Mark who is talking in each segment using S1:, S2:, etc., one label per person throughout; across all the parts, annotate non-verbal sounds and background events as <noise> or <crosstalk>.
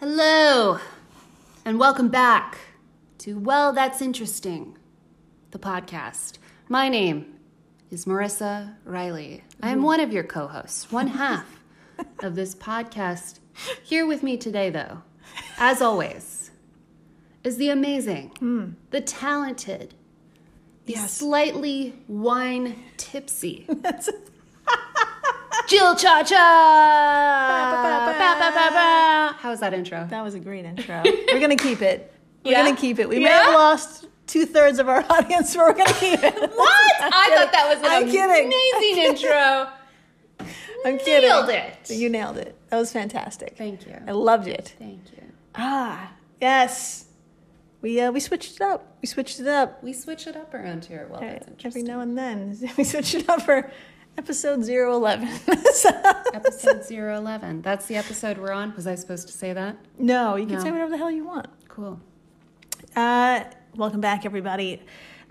S1: Hello, and welcome back to Well, That's Interesting, the podcast. My name is Marissa Riley. I am one of your co hosts, one half
S2: <laughs>
S1: of this podcast. Here with me today, though, as always, is the amazing, the talented, the
S2: Hmm. Yes.
S1: slightly wine tipsy
S2: <laughs> That's
S1: Jill Cha Cha! How was that intro?
S2: that was a great intro. We're gonna keep it. We're
S1: Yeah?
S2: gonna keep it. We may have
S1: Yeah?
S2: lost two thirds of our <laughs> audience, but we're gonna keep it.
S1: <laughs> What? I thought that was an
S2: I'm kidding. <laughs>
S1: amazing intro.
S2: I'm kidding.
S1: Nailed it.
S2: You nailed it. That was fantastic.
S1: Thank you.
S2: I loved it.
S1: Thank you.
S2: Ah, yes. We uh, we switched it up. We switched it up
S1: We switch it up around here. Well, that's
S2: every
S1: interesting.
S2: now and then. <laughs> We switched it up for episode <laughs> 011.
S1: episode 011. That's the episode we're on. Was I supposed to say that?
S2: no, you can
S1: No.
S2: say whatever the hell you want.
S1: Cool.
S2: Uh, welcome back, everybody.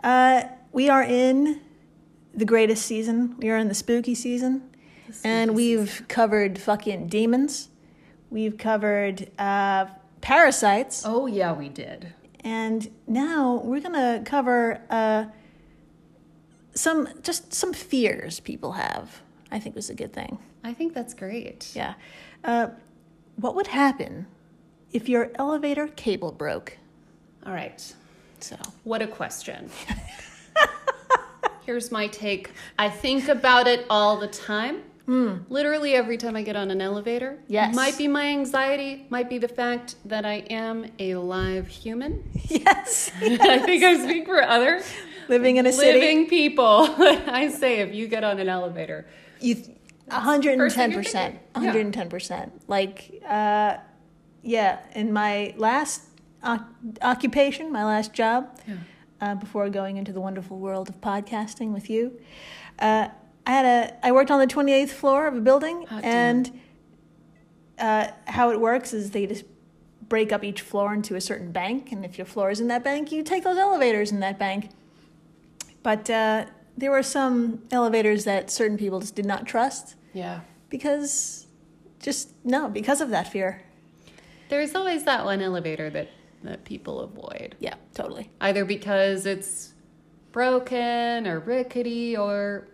S2: Uh, we are in the greatest season. We are in the spooky season, and we've covered fucking demons. We've covered uh, parasites,
S1: Oh, yeah, we did.
S2: and now we're gonna cover uh, some just some fears people have. I think was a good thing.
S1: I think that's great.
S2: Yeah. Uh, what would happen if your elevator cable broke?
S1: All right.
S2: So. <laughs>
S1: What a question. Here's my take. I think about it all the time. Literally every time I get on an elevator.
S2: Hmm. Yes.
S1: Might be my anxiety, might be the fact that I am a live human.
S2: <laughs> Yes.
S1: I think I speak for other
S2: Living in a city.
S1: living people. <laughs> I say if you get on an elevator,
S2: You, one hundred and
S1: first thing
S2: ten
S1: you're
S2: percent,
S1: thinking.
S2: one hundred and ten percent. Like, uh, yeah. In my last oc- occupation, my last job, uh, before going into the wonderful world of podcasting with you, uh, I had a. I worked on the twenty eighth floor of a building,
S1: Hot damn.
S2: and uh, how it works is they just break up each floor into a certain bank, and if your floor is in that bank, you take those elevators in that bank. But uh, there were some elevators that certain people just did not trust
S1: yeah.
S2: because, just no, because of that fear.
S1: There's always that one elevator that that people avoid,
S2: Yeah, totally.
S1: either because it's broken or rickety or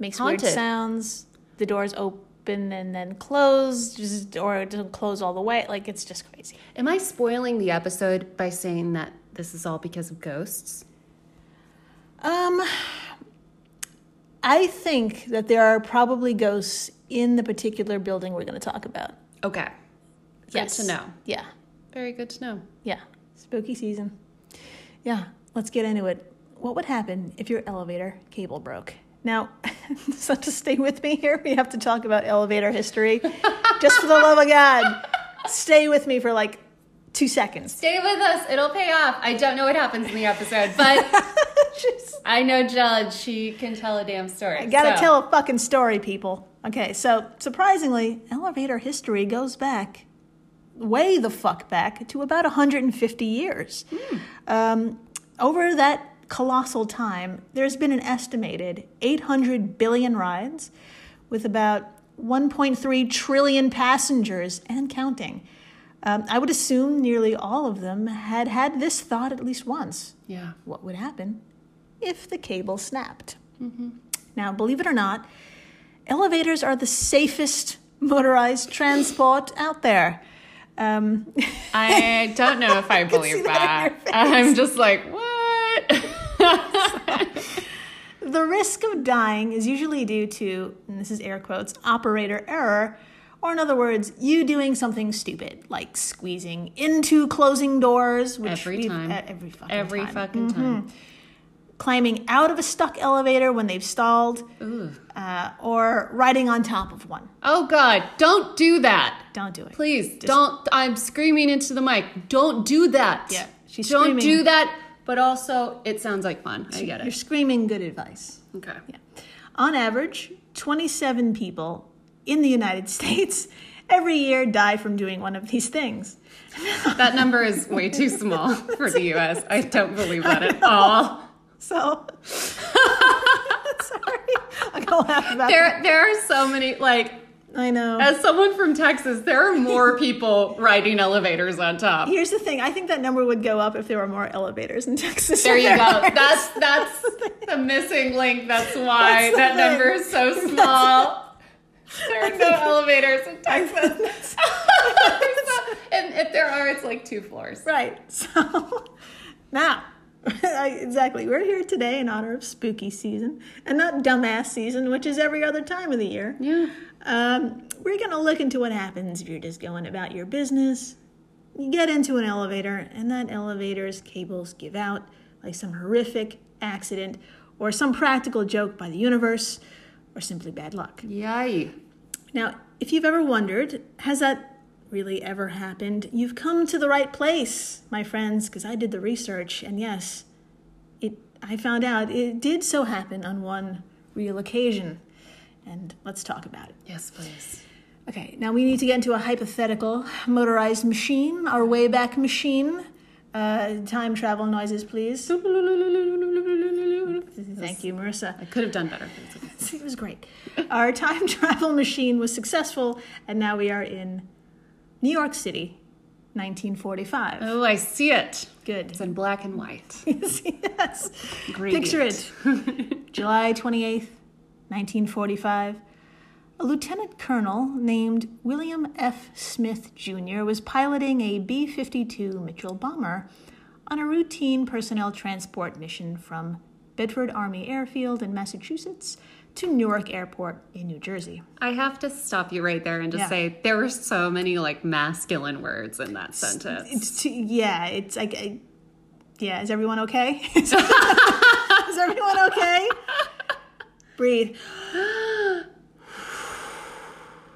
S2: Makes
S1: Haunted.
S2: weird sounds. The doors open and then close, just, or it doesn't close all the way. Like it's just crazy.
S1: Am I spoiling the episode by saying that this is all because of ghosts?
S2: Um, I think that there are probably ghosts in the particular building we're going to talk about.
S1: Okay. Good to know.
S2: Yeah,
S1: Very good to know.
S2: yeah. Spooky season. Yeah, let's get into it. What would happen if your elevator cable broke? Now, <laughs> so to stay with me here, we have to talk about elevator history. Just for the love of God, stay with me for like two seconds.
S1: Stay with us. It'll pay off. I don't know what happens in the episode, <laughs> but
S2: Just-
S1: I know Judge. She can tell a damn story.
S2: I gotta
S1: So-
S2: tell a fucking story, people. Okay, so surprisingly, elevator history goes back way the fuck back to about 150 years. Um, over that colossal time, there's been an estimated 800 billion rides with about 1.3 trillion passengers and counting. Um, I would assume nearly all of them had had this thought at least once
S1: <laughs> Yeah.
S2: what would happen if the cable snapped.
S1: Mm-hmm.
S2: Now, believe it or not, elevators are the safest motorized transport out there. Um, <laughs>
S1: I don't know if I
S2: see
S1: believe
S2: that
S1: that.
S2: in
S1: I'm just like, what?
S2: the risk of dying is usually due to, and this is air quotes, operator error, or in other words, you doing something stupid, like squeezing into closing doors, which
S1: Every
S2: we've-
S1: time.
S2: uh, every fucking
S1: Every
S2: time.
S1: fucking time.
S2: climbing out of a stuck elevator when they've stalled,
S1: Ooh.
S2: uh, or riding on top of one.
S1: Oh, God. Don't do that.
S2: Don't do it.
S1: Please don't. I'm screaming into the mic. Don't do that.
S2: Yeah, she's
S1: don't
S2: screaming.
S1: do that. But also, it sounds like fun. I get
S2: <laughs> You're
S1: it.
S2: screaming good advice.
S1: Okay.
S2: Yeah. On average, 27 people in the United <laughs> States every year die from doing one of these things.
S1: That number is way too small <laughs> for the U.S. I don't believe that
S2: <laughs>
S1: at all.
S2: So, <laughs> sorry, I go laugh about
S1: There, there are so many like
S2: I know.
S1: As someone from Texas, there are more people riding elevators on top.
S2: Here's the thing. I think that number would go up if there were more elevators in <laughs> Texas.
S1: There
S2: than
S1: you go.
S2: are.
S1: That's <laughs> that's the missing link. That's why
S2: That's the
S1: that
S2: thing.
S1: number is so small. There are no elevators in <laughs> Texas. and if there are, it's like two floors.
S2: Right. So <laughs> now, I- exactly. We're here today in honor of spooky season and not dumbass season, which is every other time of the year.
S1: Yeah.
S2: Um, we're going to look into what happens if you're just going about your business. You get into an elevator, and that elevator's cables give out, like some horrific accident, or some practical joke by the universe, or simply bad luck.
S1: Yay.
S2: Now, if you've ever wondered, has that really ever happened? You've come to the right place, my friends, because I did the research, and yes, it I found out it did so happen on one real occasion. And let's talk about it.
S1: Yes, please.
S2: Okay, now we need to get into a hypothetical motorized machine, our Wayback Machine. Uh, time travel noises, please. Thank you, Marissa.
S1: I could have done better.
S2: <laughs> It was great. Our time <laughs> travel machine was successful, and now we are in New York City, 1945.
S1: Oh, I see it.
S2: Good.
S1: It's in black and white.
S2: <laughs>
S1: <laughs>
S2: yes.
S1: Gradient.
S2: Picture it. <laughs> July 28th, 1945. A lieutenant colonel named William F. Smith Jr. was piloting a B 52 Mitchell bomber on a routine personnel transport mission from Bedford Army Airfield in Massachusetts to Newark Airport in New Jersey.
S1: I have to stop you right there and just
S2: Yeah.
S1: say there were so many like masculine words in that sentence.
S2: It's too, yeah, it's like, I, yeah. Is everyone okay? <laughs> is everyone okay? Breathe.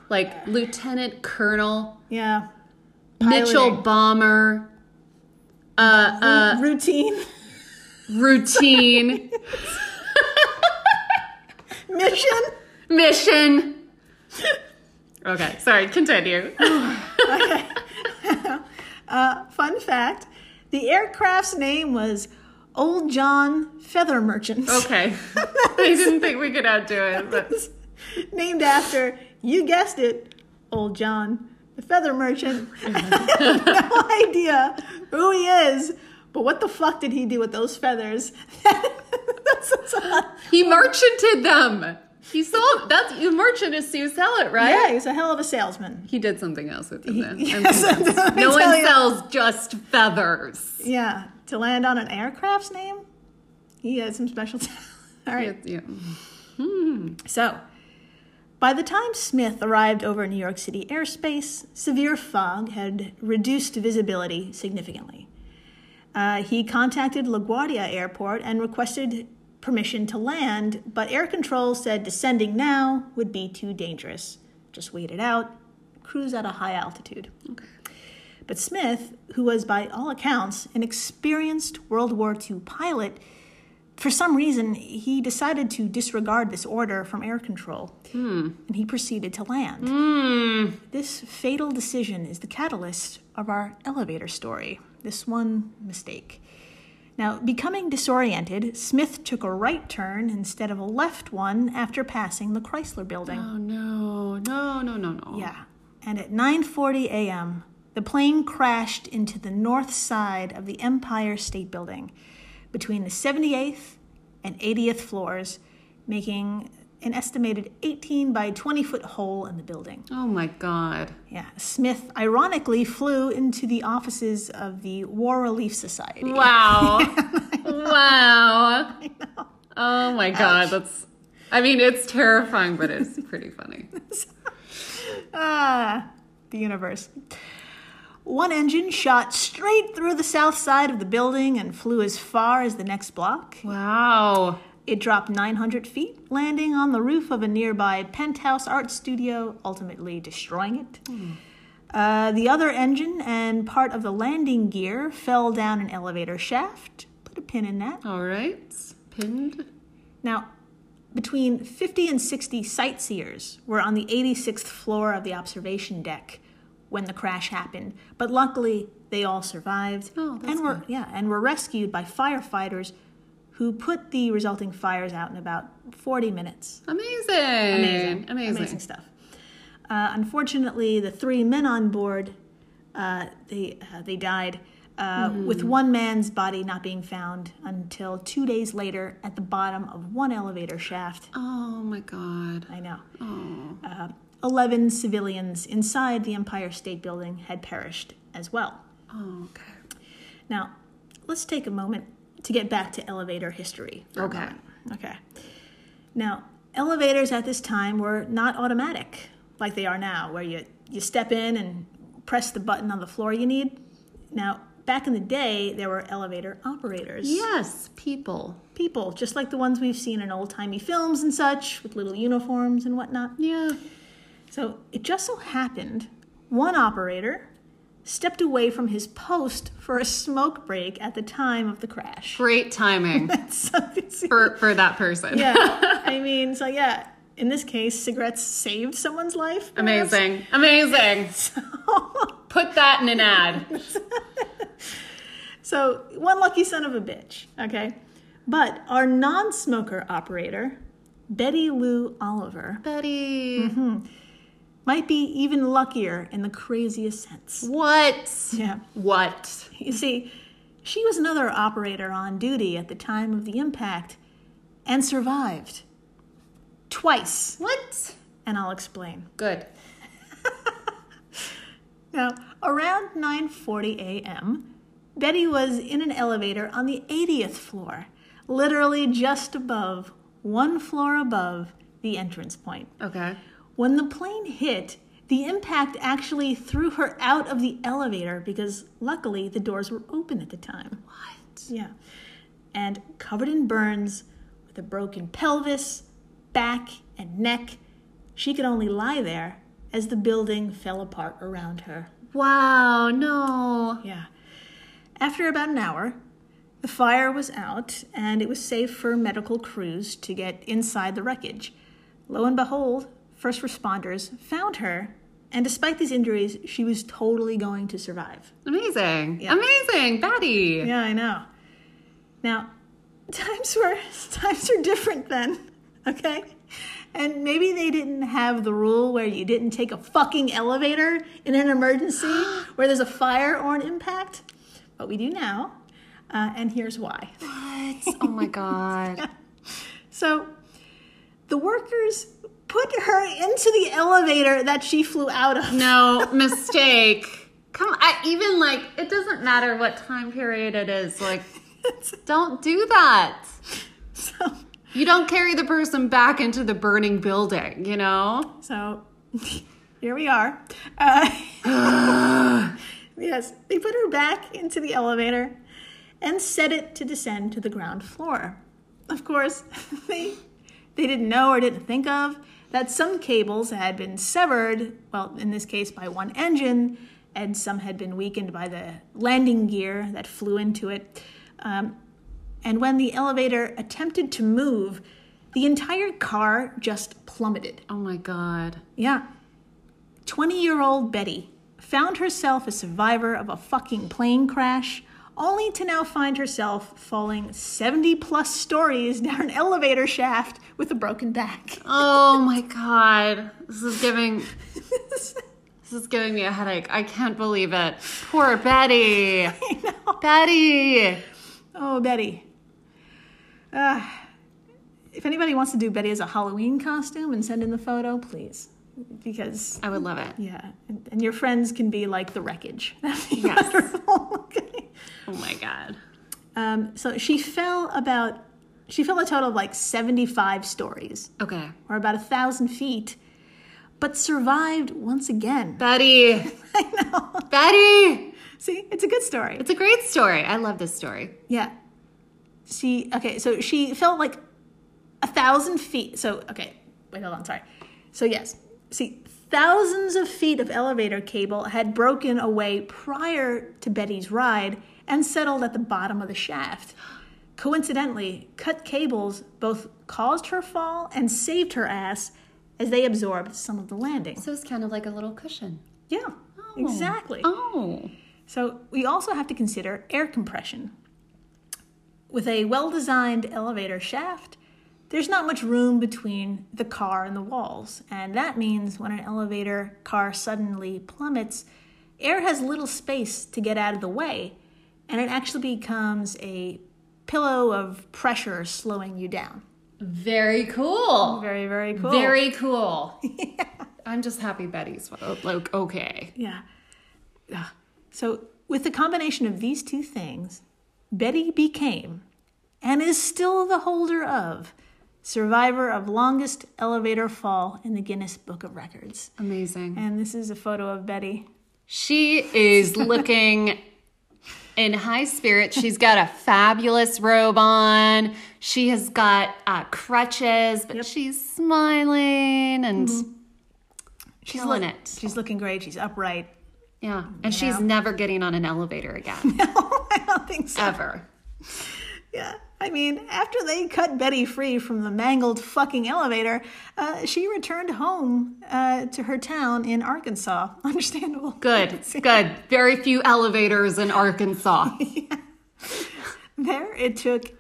S1: Like Lieutenant Colonel
S2: Yeah.
S1: Mitchell
S2: Piloting.
S1: Bomber. Uh, uh,
S2: routine
S1: <laughs> routine
S2: mission.
S1: mission. Okay, sorry, continue.
S2: Uh, fun fact: the aircraft's name was Old John Feather
S1: <laughs>
S2: Merchant,
S1: Okay. I didn't think we could outdo it, but
S2: <laughs> named after you guessed it, Old John the Feather Merchant. <laughs> I have no idea who he is, but what the fuck did he do with those feathers? <laughs> That's- that's a-
S1: he merchanted them. He sold that's you merchant is you sell it, right?
S2: yeah, he's a hell of a salesman.
S1: He did something else with them then.
S2: <laughs>
S1: I'm
S2: Yes,
S1: convinced.
S2: let me
S1: <laughs> no
S2: tell
S1: one
S2: you.
S1: sells just feathers.
S2: Yeah, to land on an aircraft's name, he had some special <laughs> talent. All right.
S1: Yeah, yeah.
S2: So, by the time Smith arrived over New York City airspace, severe fog had reduced visibility significantly. Uh, he contacted LaGuardia Airport and requested permission to land, but air control said descending now would be too dangerous. Just wait it out, cruise at a high altitude. But Smith, who was by all accounts an experienced World War II pilot, for some reason, he decided to disregard this order from air control and he proceeded to land. This fatal decision is the catalyst of our elevator story, this one mistake. Now, becoming disoriented, Smith took a right turn instead of a left one after passing the Chrysler building.
S1: Oh no, no, no, no, no.
S2: Yeah. Um, And at 9:40 a.m., the plane crashed into the north side of the Empire State Building between the 78th and 80th floors, making an estimated 18 by 20 foot hole in the building.
S1: Oh my god.
S2: Yeah, Smith ironically flew into the offices of the War Relief Society.
S1: Mm. <laughs> Wow. <laughs> wow. Oh my god, that's I mean, it's terrifying, but <laughs> it's pretty funny.
S2: Ah, the universe. One engine shot straight through the south side of the building and flew as far as the next block.
S1: Wow.
S2: It dropped 900 feet, landing on the roof of a nearby penthouse art studio, ultimately destroying it. Uh, the other engine and part of the landing gear fell down an elevator shaft. Put a pin in that.
S1: All right. Pinned.
S2: Now, between 50 and 60 sightseers were on the 86th floor of the observation deck when the crash happened, but luckily they all survived
S1: Oh, that's
S2: and were yeah, and were rescued by firefighters who put the resulting fires out in about 40 minutes.
S1: Amazing. Amazing.
S2: Amazing stuff. Uh, unfortunately, the three men on board uh, they uh, they died. Uh,
S1: Mm-hmm.
S2: With one man's body not being found until two days later at the bottom of one elevator shaft.
S1: Oh my God.
S2: I know. Uh, 11 civilians inside the Empire State Building had perished as well.
S1: Oh, okay.
S2: Now, let's take a moment to get back to elevator history. for a
S1: Okay.
S2: moment. Okay. Now, elevators at this time were not automatic like they are now, where you, you step in and press the button on the floor you need. Now, back in the day, there were elevator operators.
S1: Yes, people.
S2: People, just like the ones we've seen in old timey films and such, with little uniforms and whatnot.
S1: Yeah.
S2: So it just so happened one operator stepped away from his post for a smoke break at the time of the crash. <laughs>
S1: Great <laughs> timing
S2: So it's-
S1: for, for that person.
S2: yeah, I mean, so yeah, in this case, cigarettes saved someone's life. perhaps.
S1: Amazing. <laughs> Amazing. Put that in an ad.
S2: So one lucky son of a bitch, okay? But our non smoker operator, Betty Lou Oliver,
S1: <laughs> Betty.
S2: might be even luckier in the craziest sense.
S1: What?
S2: Yeah.
S1: What?
S2: You see, she was another operator on duty at the time of the impact and survived. Twice,
S1: What?
S2: and I'll explain.
S1: Good.
S2: Now, around 9:40 a.m., Betty was in an elevator on the 80th floor, literally just above, one floor above the entrance point.
S1: Okay.
S2: When the plane hit, the impact actually threw her out of the elevator because luckily the doors were open at the time.
S1: What?
S2: Yeah. And covered in burns, with a broken pelvis, back, and neck, she could only lie there as the building fell apart around her.
S1: Wow, no.
S2: Yeah. After about an hour, the fire was out and it was safe for medical crews to get inside the wreckage. Lo and behold, first responders found her, and despite these injuries, she was totally going to survive.
S1: Amazing.
S2: Yeah.
S1: Amazing, Betty.
S2: <laughs> Yeah, I know. Now, <laughs> times were times were different then, <laughs> okay? And maybe they didn't have the rule where you didn't take a fucking elevator in an emergency where there's a fire or an impact, but we do now, uh, and here's why.
S1: What? Oh my God.
S2: So, the workers put her into the elevator that she flew out
S1: <laughs>
S2: of. <laughs>
S1: No mistake. Come, I, even like it doesn't matter what time period it is. <laughs> Like, don't do that.
S2: so,
S1: You don't carry the person back into the burning building. You know.
S2: So <laughs> here we are. Uh, <laughs> yes, they put her back into the elevator and set it to descend to the ground floor. Of course, <laughs> they, they didn't know or didn't think of that some cables had been severed, well, in this case by one engine, and some had been weakened by the landing gear that flew into it. Um, and when the elevator attempted to move, the entire car just plummeted.
S1: Oh my God.
S2: Yeah. 20 year old Betty found herself a survivor of a fucking plane crash, only to now find herself falling 70 plus stories down an elevator shaft with a broken back. <laughs>
S1: Oh my God. This is giving. <laughs> This is giving me a headache. I can't believe it. Poor <laughs> Betty.
S2: I know.
S1: Betty.
S2: Oh, Betty. Uh, if anybody wants to do Betty as a Halloween costume and send in the photo, please. Because,
S1: I would love it.
S2: yeah, and, and your friends can be like the wreckage. <laughs> That'd be
S1: Yes.
S2: wonderful. <laughs> okay.
S1: Oh my God.
S2: Um, so she fell about, she fell a total of like 75 stories,
S1: Okay.
S2: or about a thousand feet, but survived once again. <laughs>
S1: Betty.
S2: I know.
S1: Betty.
S2: See, it's a good story.
S1: It's a great story. I love this story.
S2: Yeah. She okay, so she fell like a thousand feet. So okay, wait, hold on, sorry. So yes, see, thousands of feet of elevator cable had broken away prior to Betty's ride and settled at the bottom of the shaft. Coincidentally, cut cables both caused her fall and saved her ass as they absorbed some of the landing.
S1: So it's kind of like a little cushion.
S2: Yeah, exactly.
S1: Oh.
S2: So we also have to consider air compression. With a well designed elevator shaft, there's not much room between the car and the walls, and that means when an elevator car suddenly plummets, air has little space to get out of the way, and it actually becomes a pillow of pressure slowing you down.
S1: Very cool.
S2: Very, very cool.
S1: Very <laughs> cool. I'm just happy Betty's o- like okay.
S2: Yeah. Ugh. So, with the combination of these two things, Betty became and is still the holder of survivor of longest elevator fall in the Guinness Book of Records.
S1: Amazing.
S2: And this is a photo of Betty.
S1: She is looking in high spirits. She's got a fabulous robe on. She has got uh, crutches, but she's smiling and she's killing
S2: Killing
S1: it.
S2: She's looking great. She's upright. <laughs>
S1: Yeah. And she's never getting on an elevator again,
S2: I don't think so.
S1: ever.
S2: Yeah. I mean, after they cut Betty free from the mangled fucking elevator, uh, she returned home uh, to her town in Arkansas. <laughs> Understandable.
S1: Good,
S2: <laughs>
S1: good. Very few elevators in Arkansas.
S2: There, it took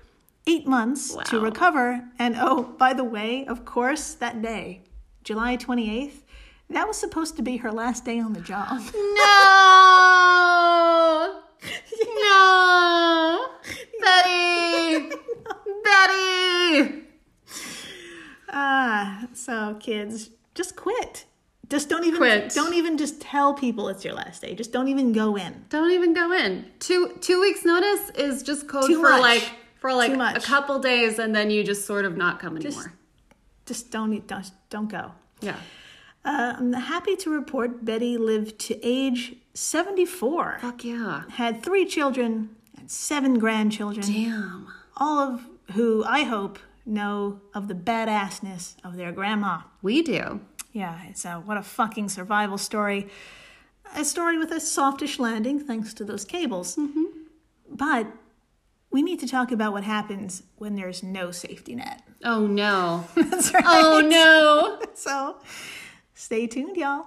S2: eight months to recover. And oh, by the way, of course, that day, July 28th, that was supposed to be her last day on
S1: <laughs>
S2: the job.
S1: No! No!
S2: <laughs>
S1: Betty! Betty!
S2: Ah, so kids, just quit. Just don't even
S1: Quit.
S2: don't even just tell people it's your last day. Just don't even go in.
S1: Don't even go in. Two two weeks notice is just code
S2: Too
S1: for
S2: much.
S1: like for like
S2: Too
S1: a
S2: much.
S1: couple days and then you just sort of not come anymore.
S2: Just don't e, don't don't go.
S1: yeah.
S2: Uh, I'm happy to report Betty lived to age 74.
S1: Fuck yeah.
S2: Had 3 children and 7 grandchildren.
S1: Damn.
S2: all of who I hope know of the badassness of their grandma.
S1: We do.
S2: Yeah, it's a what a fucking survival story. A story with a softish landing thanks to those cables. But we need to talk about what happens when there's no safety net.
S1: Oh no.
S2: <laughs> That's right.
S1: Oh no.
S2: So stay tuned, y'all.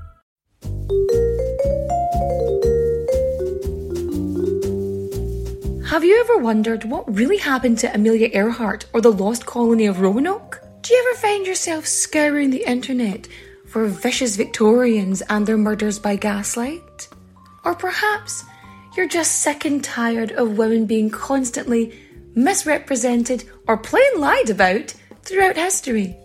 S3: Have you ever wondered what really happened to Amelia Earhart or the lost colony of Roanoke? Do you ever find yourself scouring the internet for vicious Victorians and their murders by gaslight? Or perhaps you're just sick and tired of women being constantly misrepresented or plain lied about throughout history?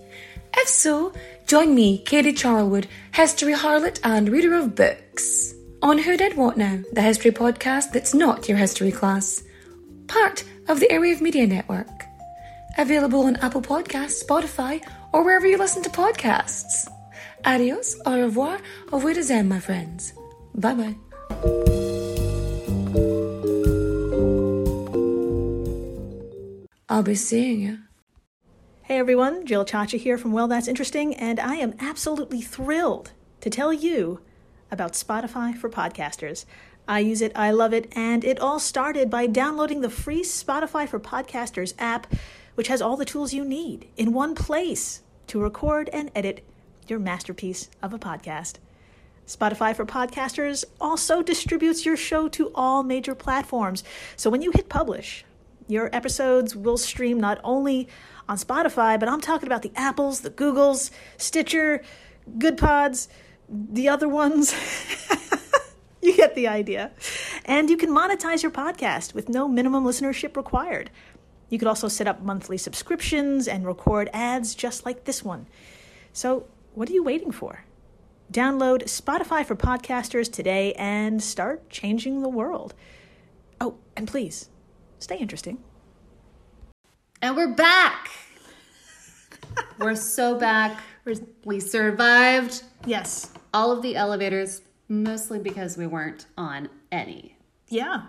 S3: If so, join me, Katie Charlwood, history harlot and reader of books, on Who Did What Now, the history podcast that's not your history class, part of the Airwave Media Network. Available on Apple Podcasts, Spotify, or wherever you listen to podcasts. Adios, au revoir, au revoir, zen, my friends. Bye bye. I'll be seeing you.
S2: Hey everyone, Jill Chacha here from Well That's Interesting, and I am absolutely thrilled to tell you about Spotify for podcasters. I use it, I love it, and it all started by downloading the free Spotify for Podcasters app, which has all the tools you need in one place to record and edit your masterpiece of a podcast. Spotify for Podcasters also distributes your show to all major platforms. So when you hit publish, your episodes will stream not only on Spotify, but I'm talking about the Apples, the Googles, Stitcher, Good Pods, the other ones. <laughs> you get the idea. And you can monetize your podcast with no minimum listenership required. You could also set up monthly subscriptions and record ads just like this one. So, what are you waiting for? Download Spotify for podcasters today and start changing the world. Oh, and please stay interesting.
S1: And we're <laughs> back. We're so back. We survived
S2: Yes.
S1: all of the elevators mostly because we weren't on any.
S2: Yeah.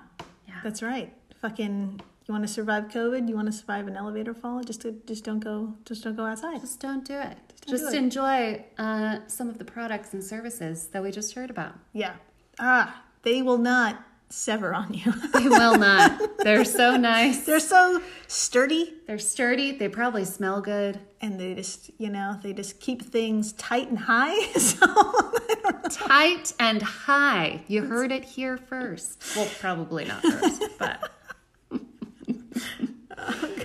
S2: That's right. Fucking You want to survive COVID? You want to survive an elevator fall? Just to, just don't go just don't go outside.
S1: Just don't do it. Just,
S2: do it.
S1: enjoy uh, some of the products and services that we just heard about.
S2: Yeah. Ah, they will not sever on you. <laughs>
S1: They will <laughs> not. They're so nice.
S2: They're so sturdy
S1: They're sturdy. They probably smell good.
S2: and they just, you know, they just keep things tight and high. <laughs> So I don't know.
S1: Tight and high. You heard it here first. Well, probably not first, but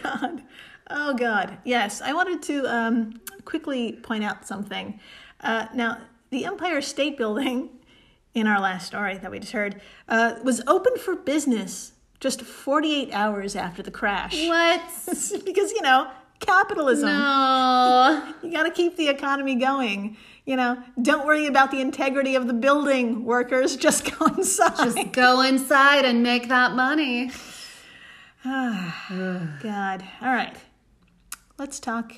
S2: God. Oh, God. Yes, I wanted to um, quickly point out something. Uh, now, the Empire State Building, <laughs> in our last story that we just heard, uh, was open for business just 48 hours after the crash.
S1: <laughs> what? Oh,
S2: because, you know, capitalism.
S1: <laughs> No.
S2: You got to keep the economy going. You know, don't worry about the integrity of the building, workers. <laughs> Just go inside.
S1: Just go inside and make that money.
S2: God. All right. Let's talk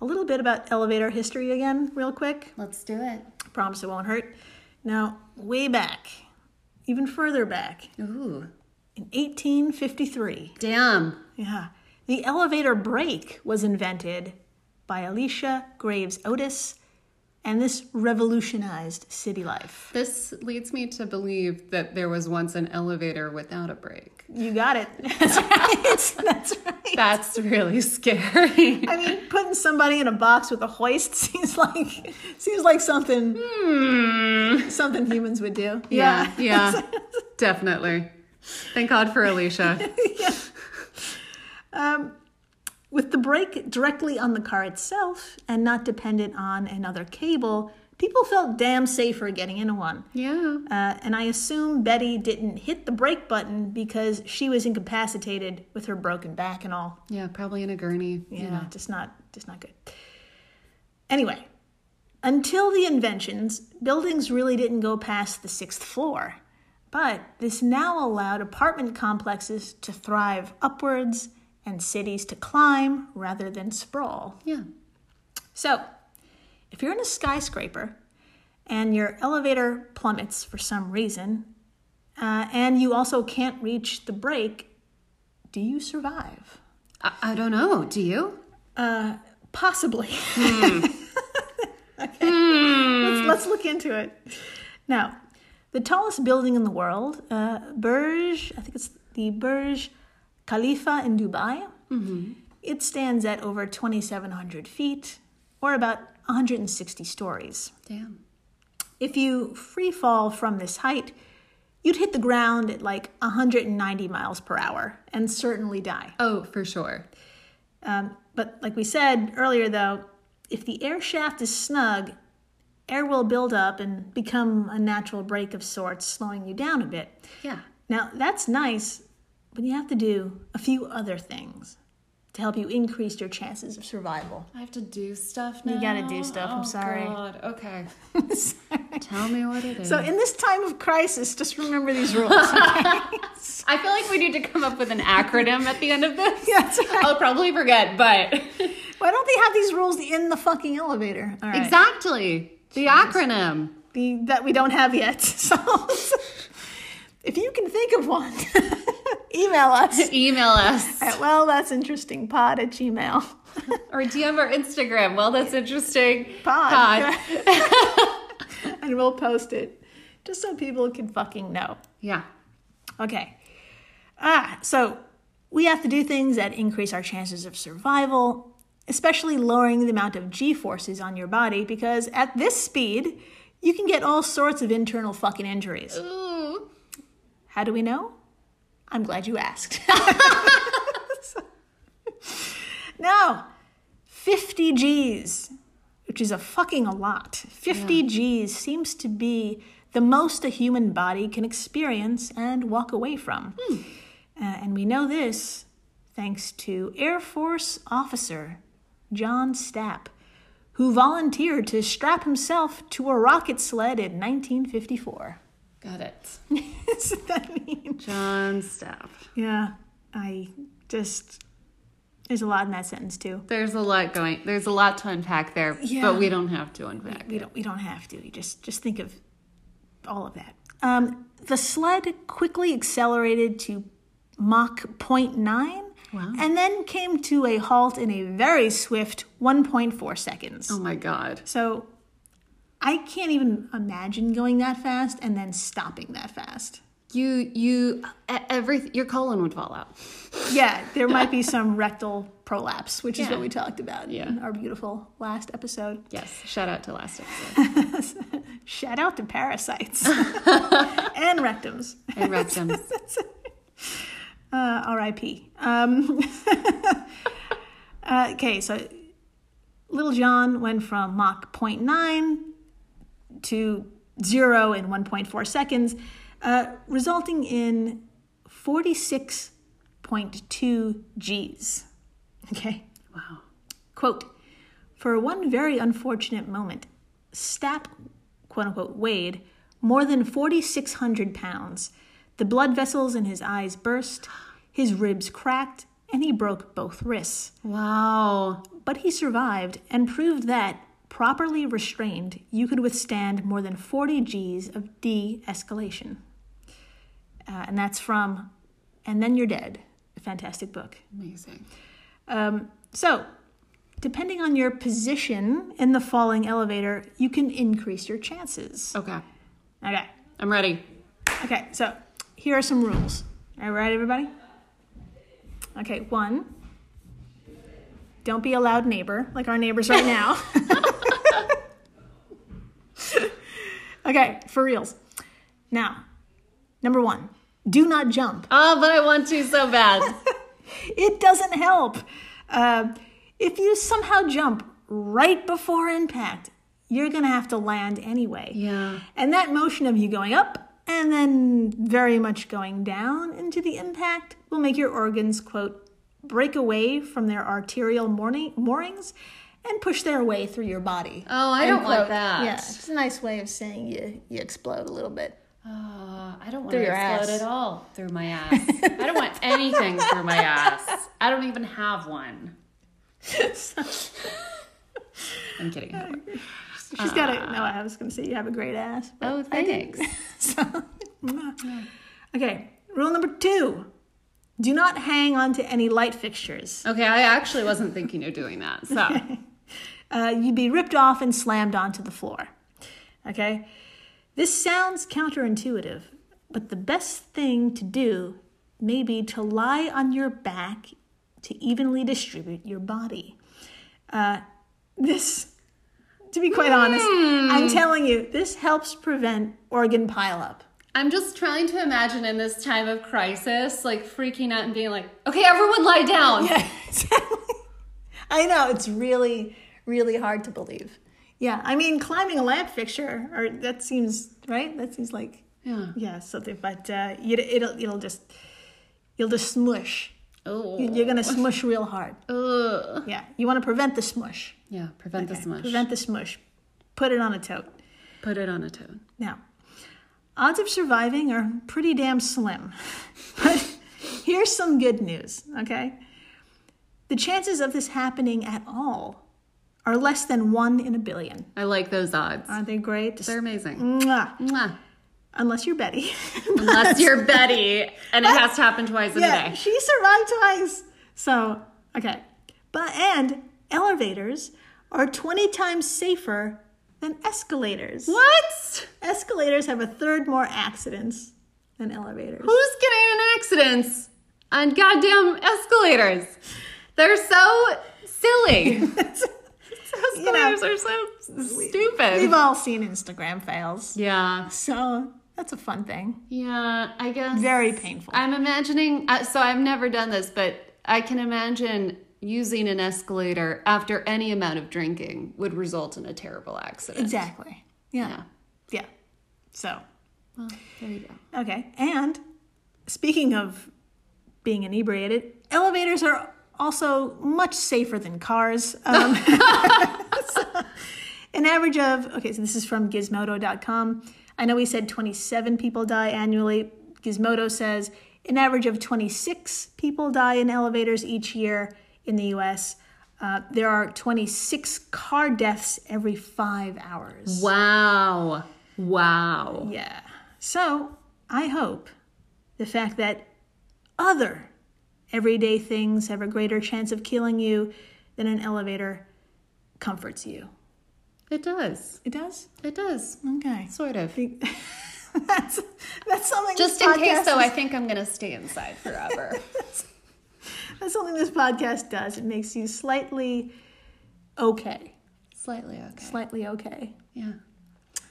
S2: a little bit about elevator history again, real quick.
S1: Let's do it.
S2: Promise it won't hurt. Now, way back, even further back,
S1: Ooh.
S2: in 1853,
S1: Damn.
S2: yeah, the elevator brake was invented by Alicia Graves Otis, and this revolutionized city life.
S1: This leads me to believe that there was once an elevator without a break.
S2: You got it. <laughs> That's right. That's right.
S1: That's really scary.
S2: <laughs> I mean, putting somebody in a box with a hoist <laughs> seems like seems like something something humans would do.
S1: Yeah,
S2: <laughs>
S1: yeah, definitely. Thank God for Alicia.
S2: <laughs> With the brake directly on the car itself and not dependent on another cable, people felt damn safer getting into one.
S1: Yeah.
S2: Uh, and I assume Betty didn't hit the brake button because she was incapacitated with her broken back and all.
S1: Yeah, probably in a gurney.
S2: Yeah, just not just not good. Anyway, until the inventions, buildings really didn't go past the sixth floor. But this now allowed apartment complexes to thrive upwards and cities to climb rather than sprawl.
S1: Yeah.
S2: So, if you're in a skyscraper and your elevator plummets for some reason, uh, and you also can't reach the brake, do you survive?
S1: I, I don't know. Do you?
S2: Possibly. <laughs> okay. Let's, let's look into it. Now, the tallest building in the world, uh, Burj, I think it's the Burj Khalifa in Dubai, it stands at over 2,700 feet or about 160 stories.
S1: Damn.
S2: If you free fall from this height, you'd hit the ground at like 190 miles per hour and certainly die.
S1: Oh, for sure.
S2: Um, but like we said earlier, though, if the air shaft is snug, air will build up and become a natural brake of sorts, slowing you down a bit.
S1: Yeah.
S2: Now, that's nice, but you have to do a few other things to help you increase your chances of survival.
S1: I have to do stuff now.
S2: You gotta do stuff, I'm
S1: Oh,
S2: sorry.
S1: God. Okay.
S2: <laughs> Sorry.
S1: Tell me what it is.
S2: So, in this time of crisis, just remember these rules. <laughs> okay?
S1: I feel like we need to come up with an acronym at the end of
S2: <laughs>
S1: this.
S2: That's right.
S1: I'll probably forget, but
S2: <laughs> Why don't they have these rules in the fucking elevator? All right.
S1: exactly the acronym.
S2: the, that we don't have yet. <laughs> So if you can think of one, <laughs> email us
S1: Email us
S2: <laughs> at well, that's interesting pod at gmail. <laughs>
S1: or DM our Instagram. Well, that's interesting.
S2: Pod. <laughs> and we'll post it just so people can fucking know.
S1: Yeah.
S2: Okay. Ah, so we have to do things that increase our chances of survival, especially lowering the amount of g forces on your body because at this speed, you can get all sorts of internal fucking injuries.
S1: Ooh.
S2: How do we know? I'm glad you asked. <laughs> now, 50 G's, which is a fucking a lot. 50 G's seems to be the most a human body can experience and walk away from. Uh, and we know this thanks to Air Force officer John Stapp, who volunteered to strap himself to a rocket sled in <laughs> 1954.
S1: Got it.
S2: Does that mean?
S1: John Staff.
S2: Yeah, I just there's a lot in that sentence too.
S1: There's a lot going. There's a lot to unpack there,
S2: Yeah.
S1: but we don't have to unpack.
S2: We don't we don't have to. You just just think of all of that. Um, the sled quickly accelerated to
S4: Mach 0.9. And then came to a halt in a very swift 1.4 seconds.
S1: Oh my God.
S4: So I can't even imagine going that fast and then stopping that fast.
S1: You, you, e- every, your colon would fall out.
S4: Yeah, there
S1: <laughs>
S4: might be some rectal prolapse, which is
S1: Yeah.
S4: what we talked about in
S1: Yeah.
S4: our beautiful last episode.
S1: Yes. Shout out to last episode.
S4: <laughs> Shout out
S1: <laughs>
S4: to parasites and rectums.
S1: And rectums.
S4: Uh, R.I.P. Um, uh, okay, so Little John went from Mach 0.9 to zero in 1.4 seconds, uh, resulting in 46.2 G's. Okay. Wow. Quote For one very unfortunate moment, Stapp, quote unquote, weighed more than 4,600 pounds. The blood vessels in his eyes burst, his ribs cracked, and he broke both wrists.
S1: Wow.
S4: But he survived and proved that, properly restrained, you could withstand more than 40 G's of de escalation. Uh, and that's from And Then You're Dead, a fantastic book.
S1: Amazing.
S4: Um, so, depending on your position in the falling elevator, you can increase your chances.
S1: Okay.
S4: Okay,
S1: I'm ready.
S4: okay, so here are some rules. All right, everybody? Okay, one, don't be a loud neighbor like our neighbors right now. okay, for reals. Now, number one, do not jump.
S1: Oh, but I want to so bad.
S4: It doesn't help. Uh, if you somehow jump right before impact, you're going to have to land anyway.
S1: Yeah.
S4: And that motion of you going up and then very much going down into the impact will make your organs, quote, break away from their arterial morning, moorings and push their way through your body.
S1: Oh, I don't want that.
S4: Yeah, it's a nice way of saying you, you explode a little bit.
S1: Uh, I don't want
S4: Through
S1: to
S4: your
S1: explode
S4: ass.
S1: at all through my ass. I don't want anything through my ass. I don't even have
S4: <laughs>
S1: one. I'm kidding. I have one.
S4: She's got a, no, I was going to say you have a great ass. but
S1: Oh, thanks.
S4: So, okay, rule number two do not hang on to any light fixtures.
S1: Okay, I actually wasn't thinking of doing that. So,
S4: <laughs> Uh, you'd be ripped off and slammed onto the floor. Okay? This sounds counterintuitive, but the best thing to do may be to lie on your back to evenly distribute your body. Uh, this, to be quite honest, I'm telling you, this helps prevent organ pileup.
S1: I'm just trying to imagine in this time of crisis, like freaking out and being like, okay, everyone lie down.
S4: I know it's really, really hard to believe. Yeah, I mean, climbing a lamp fixture, or that seems right. That seems like yeah, something. But uh, you, it'll it'll just you'll just smush.
S1: Oh.
S4: You- You're gonna smush real hard.
S1: Ugh.
S4: Yeah, you want to prevent the smush.
S1: Yeah, prevent the smush.
S4: Prevent the smush. Put it on a tote.
S1: Put it on a tone.
S4: Now, odds of surviving are pretty damn slim. <laughs> But here's some good news, okay? The chances of this happening at all are less than one in a billion.
S1: I like those odds.
S4: Aren't they great? Just
S1: They're amazing.
S4: mwah.
S1: Mwah.
S4: Unless you're Betty.
S1: Unless
S4: <laughs>
S1: you're Betty, and it has to happen twice in a
S4: yeah,
S1: day.
S4: she survived twice. So, okay. But, and elevators are 20 times safer than escalators.
S1: What?
S4: Escalators have a third more accidents than elevators.
S1: Who's getting in accidents on goddamn escalators? They're so silly.
S4: <laughs>
S1: <laughs> escalators are so stupid.
S4: We've all seen Instagram fails.
S1: yeah,
S4: So that's a fun thing.
S1: yeah. I guess
S4: Very painful.
S1: I'm imagining. Uh, so I've never done this, but I can imagine using an escalator after any amount of drinking would result in a terrible accident.
S4: Exactly. Yeah.
S1: Yeah.
S4: yeah. So,
S1: There you go.
S4: okay. And speaking of being inebriated, elevators are also much safer than cars. Um, an average of, okay, so this is from gizmodo.com. I know we said 27 people die annually. Gizmodo says an average of 26 people die in elevators each year in the US. Uh, there are 26 car deaths every five hours.
S1: Wow. Wow.
S4: Yeah. So I hope the fact that other everyday things have a greater chance of killing you than an elevator comforts you.
S1: It does.
S4: It does?
S1: It does.
S4: Okay.
S1: Sort of.
S4: <laughs> that's that's something
S1: Just
S4: this
S1: in case,
S4: podcast
S1: though, I
S4: is-
S1: think I'm going to stay inside
S4: <laughs>
S1: forever.
S4: that's something this podcast does. It makes you slightly okay.
S1: Slightly okay.
S4: Slightly okay.
S1: Yeah.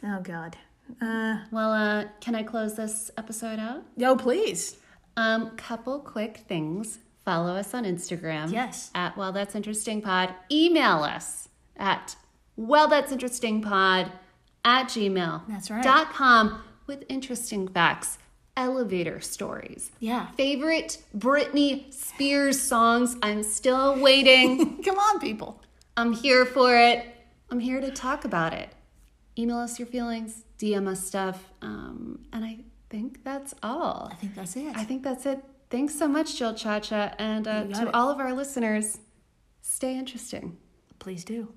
S4: Oh god. Uh
S1: Well, uh, can I close this episode out?
S4: no, please.
S1: Um, couple quick things. Follow us on Instagram.
S4: Yes.
S1: At Well That's Interesting Pod. Email us at Well That's Interesting Pod at Gmail.
S4: That's right.
S1: Dot com with interesting facts, elevator stories.
S4: Yeah.
S1: Favorite Britney Spears songs. I'm still waiting. <laughs>
S4: Come on, people.
S1: I'm here for it. I'm here to talk about it. Email us your feelings, DM us stuff. Um, and I think that's all.
S4: I think that's it.
S1: I think that's it. Thanks so much, Jill Chacha. And uh,
S4: got
S1: to
S4: it.
S1: all of our listeners, stay interesting.
S4: Please do.